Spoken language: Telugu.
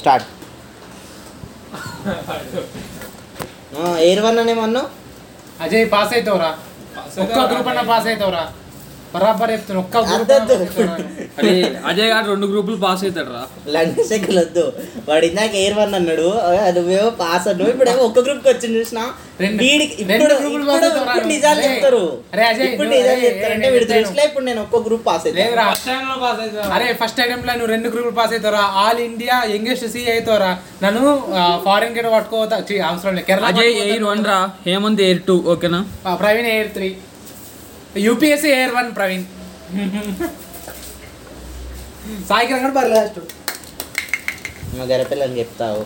స్టార్ట్ ఎయిర్ వన్ అనేమన్నా అజయ్ పాస్ అవుతావురా ఒక్క గ్రూప్ అన్న పాస్ అవుతావురా బరాబర్ చెప్తున్నా ఒక్క గ్రూప్ అన్నా అద్దద్దు. pass అవుతావురా. అరే అజయ్ గారు రెండు గ్రూపులు పాస్ అవుతాడు రా లంచ్ సెకలు వద్దు వాడు ఇందాక ఎయిర్ వన్ అన్నాడు ఆ, నువ్వేమో పాస్ అన్నావు ఇప్పుడు ఏమో ఒక్క గ్రూప్ కి వచ్చింది చూసిన రెండు- వీడికి రెండు ఇప్పుడు గ్రూపులు ఇప్పుడు- పాస్ అవుతారా? ఇప్పుడు నిజాలు అరే, చెప్తారు అరే అజయ్, ఇప్పుడు నువ్వు- నిజాలు అరే, చెప్తారంటే అరే, వీడి నేను దృష్టిలో ఇప్పుడు నేను ఒక్క గ్రూప్ పాస్ అవుతాను లేదురా ఫస్ట్ టైం లో పాస్ అవుతాడు అరే ఫస్ట్ అటెంప్ట్ లో నువ్వు రెండు గ్రూపులు పాస్ అవుతావురా ఆల్ ఇండియా యంగెస్ట్ సి అవుతావురా నన్ను ఫారెన్ గేట్ పట్టుకోవద్దా ఛీ, అవసరం లేదు కేరళ అజయ్ ఎయిర్ వన్ రా హేమంత్ ఎయిర్ టూ ఓకేనా ఆ, Praveen AIR three UPSC AIR one Praveen Sai Kiran కూడా పర్లేదు మా గరపిల్లని చెప్తావు